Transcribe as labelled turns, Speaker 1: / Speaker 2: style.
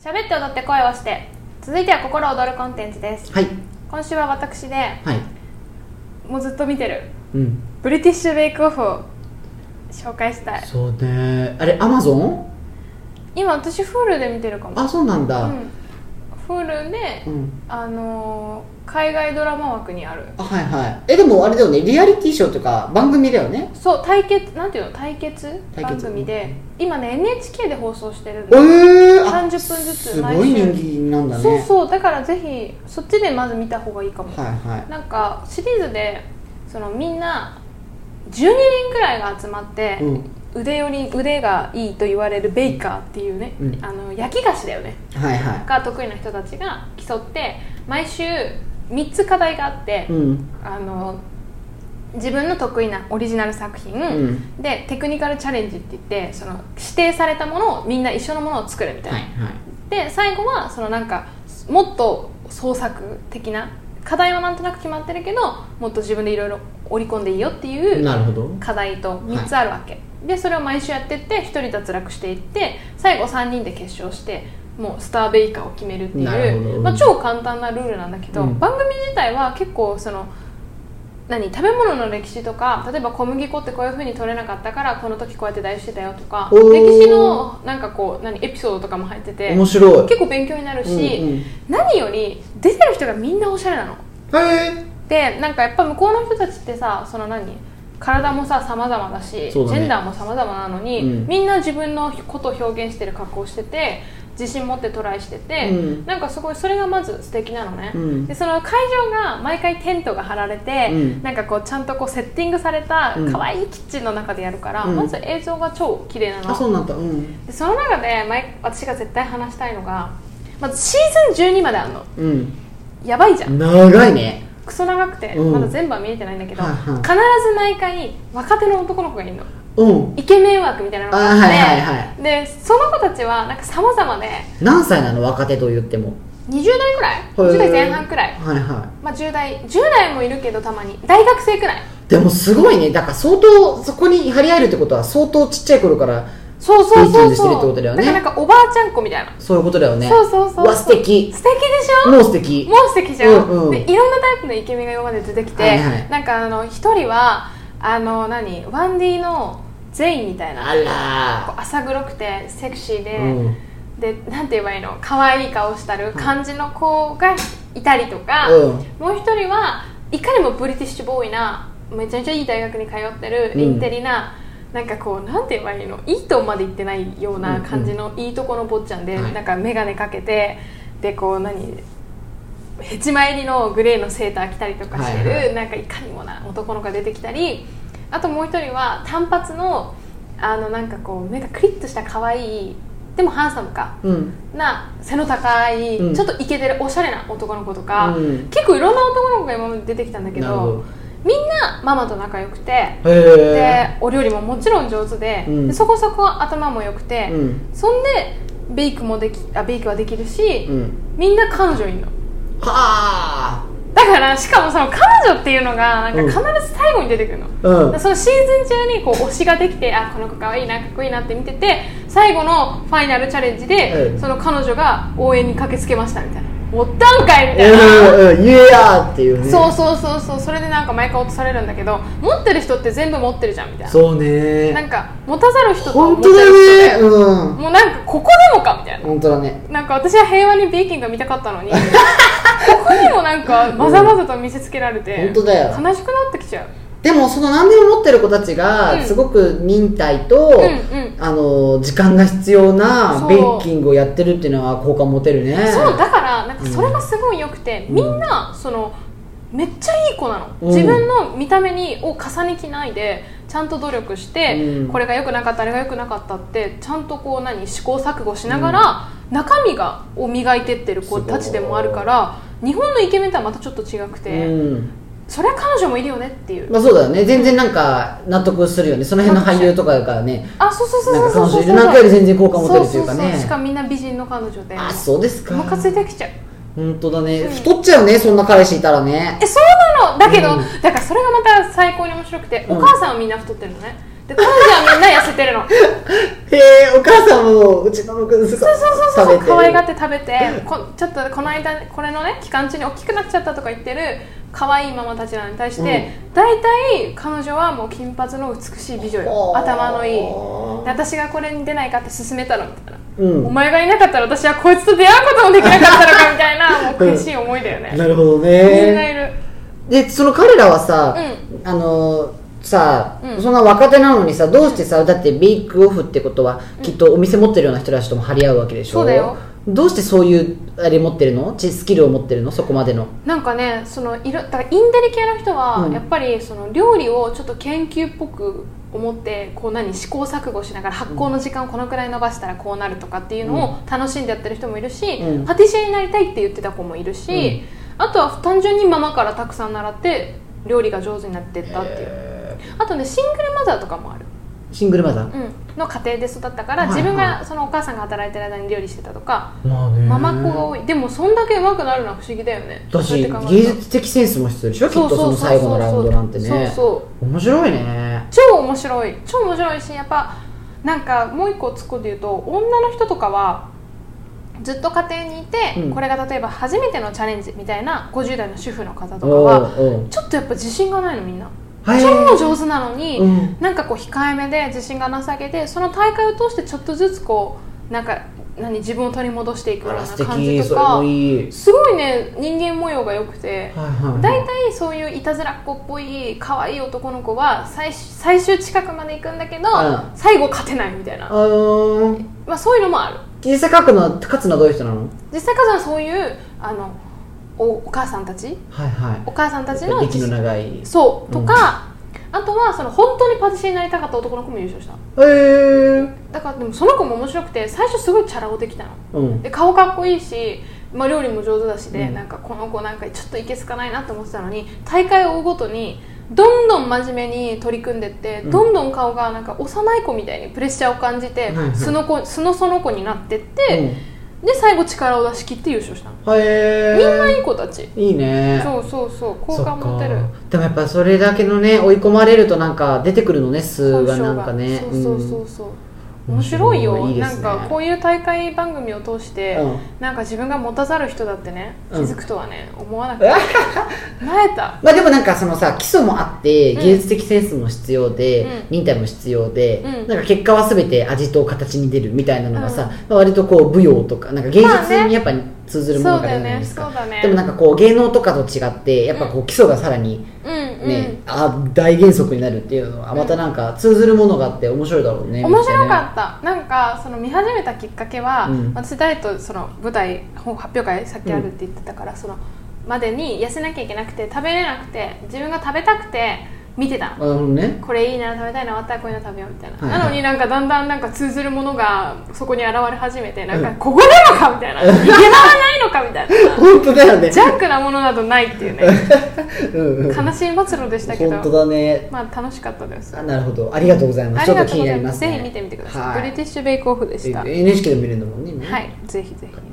Speaker 1: 喋って踊って声をして続いては心躍るコンテンツです
Speaker 2: はい
Speaker 1: 今週は私で
Speaker 2: はい
Speaker 1: もうずっと見てる
Speaker 2: うん
Speaker 1: ブリティッシュベイクオフを紹介したい
Speaker 2: そうねあれアマゾン
Speaker 1: 今私 Hulu で見てるかも
Speaker 2: あそうなんだ
Speaker 1: うん、Hulu で
Speaker 2: う、ん、
Speaker 1: あのー海外ドラマ枠にある
Speaker 2: あはいはいえでもあれだよねリアリティショーとか番組だよね
Speaker 1: そう対決なんていうの対決
Speaker 2: 対
Speaker 1: 番
Speaker 2: 決
Speaker 1: 組で今ね NHK で放送してるん
Speaker 2: え
Speaker 1: で
Speaker 2: えー、あ
Speaker 1: 30分ずつ
Speaker 2: す
Speaker 1: 毎
Speaker 2: ごい
Speaker 1: 週
Speaker 2: 人気なんだね
Speaker 1: そうそうだからぜひそっちでまず見た方がいいかも、
Speaker 2: はいはい
Speaker 1: なんかシリーズでそのみんな12人くらいが集まって、
Speaker 2: うん
Speaker 1: 腕より腕がいいと言われるベイカーっていうね、
Speaker 2: うん
Speaker 1: あの焼き菓子だよね
Speaker 2: はいは
Speaker 1: が得意な人たちが競って毎週3つ課題があって、
Speaker 2: いうん
Speaker 1: あの自分の得意なオリジナル作品、
Speaker 2: ん
Speaker 1: でテクニカルチャレンジって言ってその指定されたものをみんな一緒のものを作るみたいな、
Speaker 2: はいはい
Speaker 1: で最後はそのなんかもっと創作的な課題はなんとなく決まってるけどもっと自分でいろいろ織り込んでいいよっていう
Speaker 2: なるほど
Speaker 1: 課題と3つあるわけ、でそれを毎週やってって1人脱落していって最後3人で決勝してもうスターベイカーを決めるって
Speaker 2: なるほ
Speaker 1: いう、
Speaker 2: ど
Speaker 1: まあ、超簡単なルールなんだけど、
Speaker 2: うん
Speaker 1: 番組自体は結構その何食べ物の歴史とか例えば小麦粉ってこういうふうに取れなかったからこの時こうやって代用してたよとか
Speaker 2: おー
Speaker 1: 歴史のなんかこう何エピソードとかも入ってて
Speaker 2: 面白い
Speaker 1: 結構勉強になるし、
Speaker 2: うんうん
Speaker 1: 何より出てる人がみんなおしゃれなの
Speaker 2: へ
Speaker 1: でなんかやっぱ向こうの人たちってさその何体もさ様々だし
Speaker 2: そうだね
Speaker 1: ジェンダーも様々なのに、
Speaker 2: うん
Speaker 1: みんな自分のことを表現してる格好をしてて自信持ってトライしてて、
Speaker 2: うん
Speaker 1: なんかすごいそれがまず素敵なのね、
Speaker 2: うん
Speaker 1: でその会場が毎回テントが張られて、
Speaker 2: うん
Speaker 1: なんかこうちゃんとこうセッティングされた
Speaker 2: うん
Speaker 1: 可愛いキッチンの中でやるから、
Speaker 2: うん
Speaker 1: まず映像が超綺麗なの
Speaker 2: あそうなんだうん
Speaker 1: でその中で前私が絶対話したいのがまずシーズン12まであるの
Speaker 2: うん
Speaker 1: やばいじゃん
Speaker 2: 長いね
Speaker 1: クソ長くて、
Speaker 2: うん
Speaker 1: まだ全部は見れてないんだけど、
Speaker 2: はいは
Speaker 1: 必
Speaker 2: い
Speaker 1: ず毎回若手の男の子がいるの
Speaker 2: うん
Speaker 1: イケメン枠みたいなの
Speaker 2: あ
Speaker 1: があ
Speaker 2: は
Speaker 1: っ
Speaker 2: い
Speaker 1: て、
Speaker 2: はいは
Speaker 1: でその子たちはなんか様々で
Speaker 2: い何歳なの若手と言っても
Speaker 1: 20代くらい10代前半くらい、
Speaker 2: はいは
Speaker 1: まあ、10代10代もいるけどたまに大学生くらい
Speaker 2: いでもすごいねだから相当そこに張り合えるってことは相当ちっちゃい頃から
Speaker 1: そうそうそ
Speaker 2: いい感
Speaker 1: う
Speaker 2: じしてるって
Speaker 1: そ
Speaker 2: こ
Speaker 1: う
Speaker 2: とだよ
Speaker 1: か
Speaker 2: ね
Speaker 1: らなんかおばあちゃん子みたいな、
Speaker 2: そういうことだよね
Speaker 1: そうそうそう
Speaker 2: わ素敵
Speaker 1: 素敵でしょ
Speaker 2: もう素敵
Speaker 1: もう素敵じゃん、
Speaker 2: うんうん
Speaker 1: でいろんなタイプのイケメンが今まで出てきて、
Speaker 2: はいはい
Speaker 1: なんかあの一人はあの何ワンディのゼインみたいな
Speaker 2: あら
Speaker 1: 朝黒くてセクシーで、
Speaker 2: ーうん
Speaker 1: でなんて言えばいいの可愛い顔したる感じの子がいたりとか、
Speaker 2: うん
Speaker 1: もう一人はいかにもブリティッシュボーイなめちゃめちゃいい大学に通ってる
Speaker 2: うん
Speaker 1: インテリな、なんかこうなんて言えばいいのいいとこまで行ってないような感じのいいとこの坊ちゃんで、
Speaker 2: はい
Speaker 1: なんか眼鏡かけてでこう何ヘチマ入りのグレーのセーター着たりとかしてる、
Speaker 2: はいはい
Speaker 1: なんかいかにもな男の子が出てきたりあともう一人は単発のあのなんかこう目がクリッとした可愛いでもハンサムか
Speaker 2: うん
Speaker 1: な背の高い、
Speaker 2: うん
Speaker 1: ちょっとイケてるおしゃれな男の子とか、
Speaker 2: うん
Speaker 1: 結構いろんな男の子が今まで出てきたんだけど
Speaker 2: なるほど
Speaker 1: みんなママと仲良くて
Speaker 2: へえ
Speaker 1: でお料理ももちろん上手で,で、
Speaker 2: うん
Speaker 1: そこそこ頭も良くて、
Speaker 2: うん
Speaker 1: そんでベイクもできあベイクはできるし、
Speaker 2: うん
Speaker 1: みんな彼女いるの
Speaker 2: はあ
Speaker 1: だからしかもその彼女っていうのがなんか
Speaker 2: うん
Speaker 1: 必ず最後に出てくるの、
Speaker 2: うん
Speaker 1: そのシーズン中にこう推しができてあこの子かわいいなかっこいいなって見てて最後のファイナルチャレンジで、
Speaker 2: うん
Speaker 1: その彼女が応援に駆けつけましたみたいな「おったんかい!」みたいな、
Speaker 2: うんうん言えやーっていうね
Speaker 1: そうそうそうそうそれでなんか毎回落とされるんだけど持ってる人って全部持ってるじゃんみたいな
Speaker 2: そう
Speaker 1: なん
Speaker 2: ね
Speaker 1: か持たざる人と持
Speaker 2: 本
Speaker 1: た
Speaker 2: 当
Speaker 1: ざる人
Speaker 2: だ
Speaker 1: で
Speaker 2: ねうん
Speaker 1: もうなんかここでもかみたいな
Speaker 2: 本当だね
Speaker 1: なんか私は平和にベイキングが見たかった のにここにもなんかまざまざと見せつけられて、
Speaker 2: 本当だよ
Speaker 1: 悲しくなってきちゃう
Speaker 2: でもその何でも持ってる子たち
Speaker 1: うん
Speaker 2: がすごく忍耐と、
Speaker 1: うんうん
Speaker 2: あの時間が必要
Speaker 1: そ
Speaker 2: な
Speaker 1: う
Speaker 2: ベーキングをやってるっていうのは好感持てるね
Speaker 1: そうだからなんかそれがすごい良くて、
Speaker 2: うん
Speaker 1: みんなそのめっちゃいい子なの、
Speaker 2: うん
Speaker 1: 自分の見た目にを重ねきないでちゃんと努力して、
Speaker 2: うん
Speaker 1: これが良くなかったあれが良くなかったってちゃんとこう何試行錯誤しながら、中身がを磨いてってる子たちでもあるから日本のイケメンとはまたちょっと違くて、
Speaker 2: うん
Speaker 1: それは彼女もいるよねっていう、
Speaker 2: まあそうだよね全然なんか納得するよねその辺の俳優とかがね
Speaker 1: あそうそうそう
Speaker 2: なん
Speaker 1: そう
Speaker 2: か
Speaker 1: そう
Speaker 2: 彼
Speaker 1: そう
Speaker 2: 女いるなんかより全然好感持てるというか
Speaker 1: そうそうそう
Speaker 2: ね
Speaker 1: しかもみんな美人の彼女で
Speaker 2: あそうですか
Speaker 1: ムカついてきちゃう
Speaker 2: 本当だね
Speaker 1: ん
Speaker 2: 太っちゃうねそんな彼氏いた らね
Speaker 1: えそうなのだけど、
Speaker 2: うん
Speaker 1: だからそれがまた最高に面白くて、
Speaker 2: うん
Speaker 1: お母さんはみんな太ってるのねで彼女はみんな痩せてるの
Speaker 2: へえお母さんもううちの6分すごい
Speaker 1: そうそうそうそう
Speaker 2: 食べてる
Speaker 1: 可愛がって食べてこちょっとこの間これのね期間中に大きくなっちゃったとか言ってる可愛いママたちらに対して、大体彼女はもう金髪の美しい美女よ頭のいいで私がこれに出ないかって勧めたのみたいな、
Speaker 2: うん
Speaker 1: お前がいなかったら私はこいつと出会うこともできなかったのかみたいなもう悔しい思いだよね、
Speaker 2: なるほど
Speaker 1: みんない
Speaker 2: ね
Speaker 1: る
Speaker 2: でその彼らはさ、
Speaker 1: う
Speaker 2: あのさ
Speaker 1: うん
Speaker 2: そんな若手なのにさどうしてさだってビッグオフってことはきっとお店持ってるような人たちとも張り合うわけでしょ
Speaker 1: そうだよ
Speaker 2: どうしてそういうあれ持ってるのちスキルを持ってるのそこまでの
Speaker 1: なんかねそのいろだからインテリ系の人は
Speaker 2: うん
Speaker 1: やっぱりその料理をちょっと研究っぽく思ってこう何試行錯誤しながら発酵の時間をこのくらい伸ばしたらこうなるとかっていうのを楽しんでやってる人もいるし、
Speaker 2: うん
Speaker 1: パティシエになりたいって言ってた子もいるし、あとは単純にママからたくさん習って料理が上手になってったっていう、あとねシングルマザーとかもある、
Speaker 2: シングルマザー
Speaker 1: うん、の家庭で育ったから
Speaker 2: はいは
Speaker 1: 自
Speaker 2: い
Speaker 1: 分がそのお母さんが働いてる間に料理してたとか、
Speaker 2: まあね
Speaker 1: ママ子が多いでもそんだけ上手くなるのは不思議だよね
Speaker 2: だ
Speaker 1: そう
Speaker 2: し
Speaker 1: やって考えたら
Speaker 2: 芸術的センスも必要でしょきっとその最後のラウンドなんて
Speaker 1: そう
Speaker 2: ね
Speaker 1: そう
Speaker 2: 面白いね
Speaker 1: 超面白い超面白いしやっぱなんかもう一個突っ込んで言うと女の人とかはずっと家庭にいて、
Speaker 2: うん
Speaker 1: これが例えば初めてのチャレンジみたいな50代の主婦の方とかは
Speaker 2: おうおう
Speaker 1: ちょっとやっぱ自信がないのみんな
Speaker 2: はい
Speaker 1: 超上手なのに、
Speaker 2: うん
Speaker 1: なんかこう控えめで自信がなさげでその大会を通してちょっとずつこうなんか何自分を取り戻していくよ
Speaker 2: あ
Speaker 1: うな
Speaker 2: ら
Speaker 1: 感
Speaker 2: 素
Speaker 1: じと
Speaker 2: 敵それ
Speaker 1: か
Speaker 2: もいい
Speaker 1: すごいね人間模様が良くて。
Speaker 2: はいはい
Speaker 1: 大体そういういたずらっ子っぽい可愛い男の子は最終最終近くまで行くんだけど、
Speaker 2: うん
Speaker 1: 最後勝てないみたいな、
Speaker 2: あのー、
Speaker 1: まあ、そういうのもある
Speaker 2: 実際書くのは勝つのはどういう人なの
Speaker 1: 実際カズはそういうあのおお母さんたち
Speaker 2: はいはい
Speaker 1: お母さんたちの
Speaker 2: 歴の長い
Speaker 1: そうとか、あとはその本当にパティシエになりたかった男の子も優勝した
Speaker 2: えー、
Speaker 1: だからでもその子も面白くて最初すごいチャラ男できたの
Speaker 2: うん
Speaker 1: で顔かっこいいし、まあ、料理も上手だしで、
Speaker 2: うん
Speaker 1: なんかこの子なんかちょっといけすかないなと思ってたのに大会を追うごとにどんどん真面目に取り組んでって、
Speaker 2: うん
Speaker 1: どんどん顔がなんか幼い子みたいにプレッシャーを感じて、
Speaker 2: いはい
Speaker 1: 素の子素のその子になってって、で最後力を出し切って優勝したの、
Speaker 2: うん、へえー、
Speaker 1: みんないい子たち
Speaker 2: いいね
Speaker 1: そうそうそう好感持てる
Speaker 2: そっかでもやっぱそれだけのね追い込まれるとなんか出てくるのね数がなんかね
Speaker 1: そうそう
Speaker 2: う
Speaker 1: そ
Speaker 2: ん
Speaker 1: うそう、面白いよ
Speaker 2: いいで
Speaker 1: な
Speaker 2: す
Speaker 1: ん
Speaker 2: ね
Speaker 1: かこういう大会番組を通して、
Speaker 2: うん
Speaker 1: なんか自分が持たざる人だってね気
Speaker 2: うん
Speaker 1: づくとはね、思わなくて なえた
Speaker 2: まあでもなんかそのさ基礎もあって
Speaker 1: うん
Speaker 2: 芸術的センスも必要で、
Speaker 1: うん
Speaker 2: 忍耐も必要で、
Speaker 1: うん
Speaker 2: なんか結果は全て味と形に出るみたいなのがさ、
Speaker 1: うん
Speaker 2: まあ割とこう舞踊とかなんか芸
Speaker 1: まあ
Speaker 2: 術
Speaker 1: ね
Speaker 2: にやっぱ通ず
Speaker 1: そ
Speaker 2: る
Speaker 1: う
Speaker 2: ものがあ
Speaker 1: だ
Speaker 2: る
Speaker 1: よ
Speaker 2: じゃな
Speaker 1: ね
Speaker 2: いです
Speaker 1: そ
Speaker 2: か
Speaker 1: うだね
Speaker 2: でもなんかこう芸能とかと違ってやっぱこう基礎がさらに
Speaker 1: うんうん、
Speaker 2: ね、あ大原則になるっていうのはまたなんか通ずるものがあって面白いだろうね
Speaker 1: 面白
Speaker 2: っ
Speaker 1: かった、なんかその見始めたきっかけは、
Speaker 2: うん
Speaker 1: 私誰とその舞台本発表会さっきあるって言ってたから、そのまでに痩せなきゃいけなくて食べれなくて自分が食べたくて見てたの
Speaker 2: たねあのね
Speaker 1: これいいな食べたいな終わったらこういうの食べようみたいな、
Speaker 2: はいはい
Speaker 1: なのになんかだんだんなんか通ずるものがそこに現れ始めてなん
Speaker 2: う
Speaker 1: か
Speaker 2: ん
Speaker 1: ここなのかみたいな逃げ場はないのかみたいな
Speaker 2: 本当だよね
Speaker 1: ジャンクなものなどないっていうね
Speaker 2: うんうん
Speaker 1: 悲しい末路でしたけ
Speaker 2: 本当
Speaker 1: ど
Speaker 2: だね
Speaker 1: まあ楽しかったです
Speaker 2: あなるほどありがとうございま
Speaker 1: あ
Speaker 2: すちょ
Speaker 1: り
Speaker 2: っと
Speaker 1: がと
Speaker 2: 気
Speaker 1: う
Speaker 2: に
Speaker 1: ご
Speaker 2: な
Speaker 1: ざ
Speaker 2: り
Speaker 1: いまぜひ
Speaker 2: ますすね
Speaker 1: 見てみてください、ブリティッシュベイクオフでした
Speaker 2: え NHK でも見れるんだもんね今ね
Speaker 1: はいぜひぜひ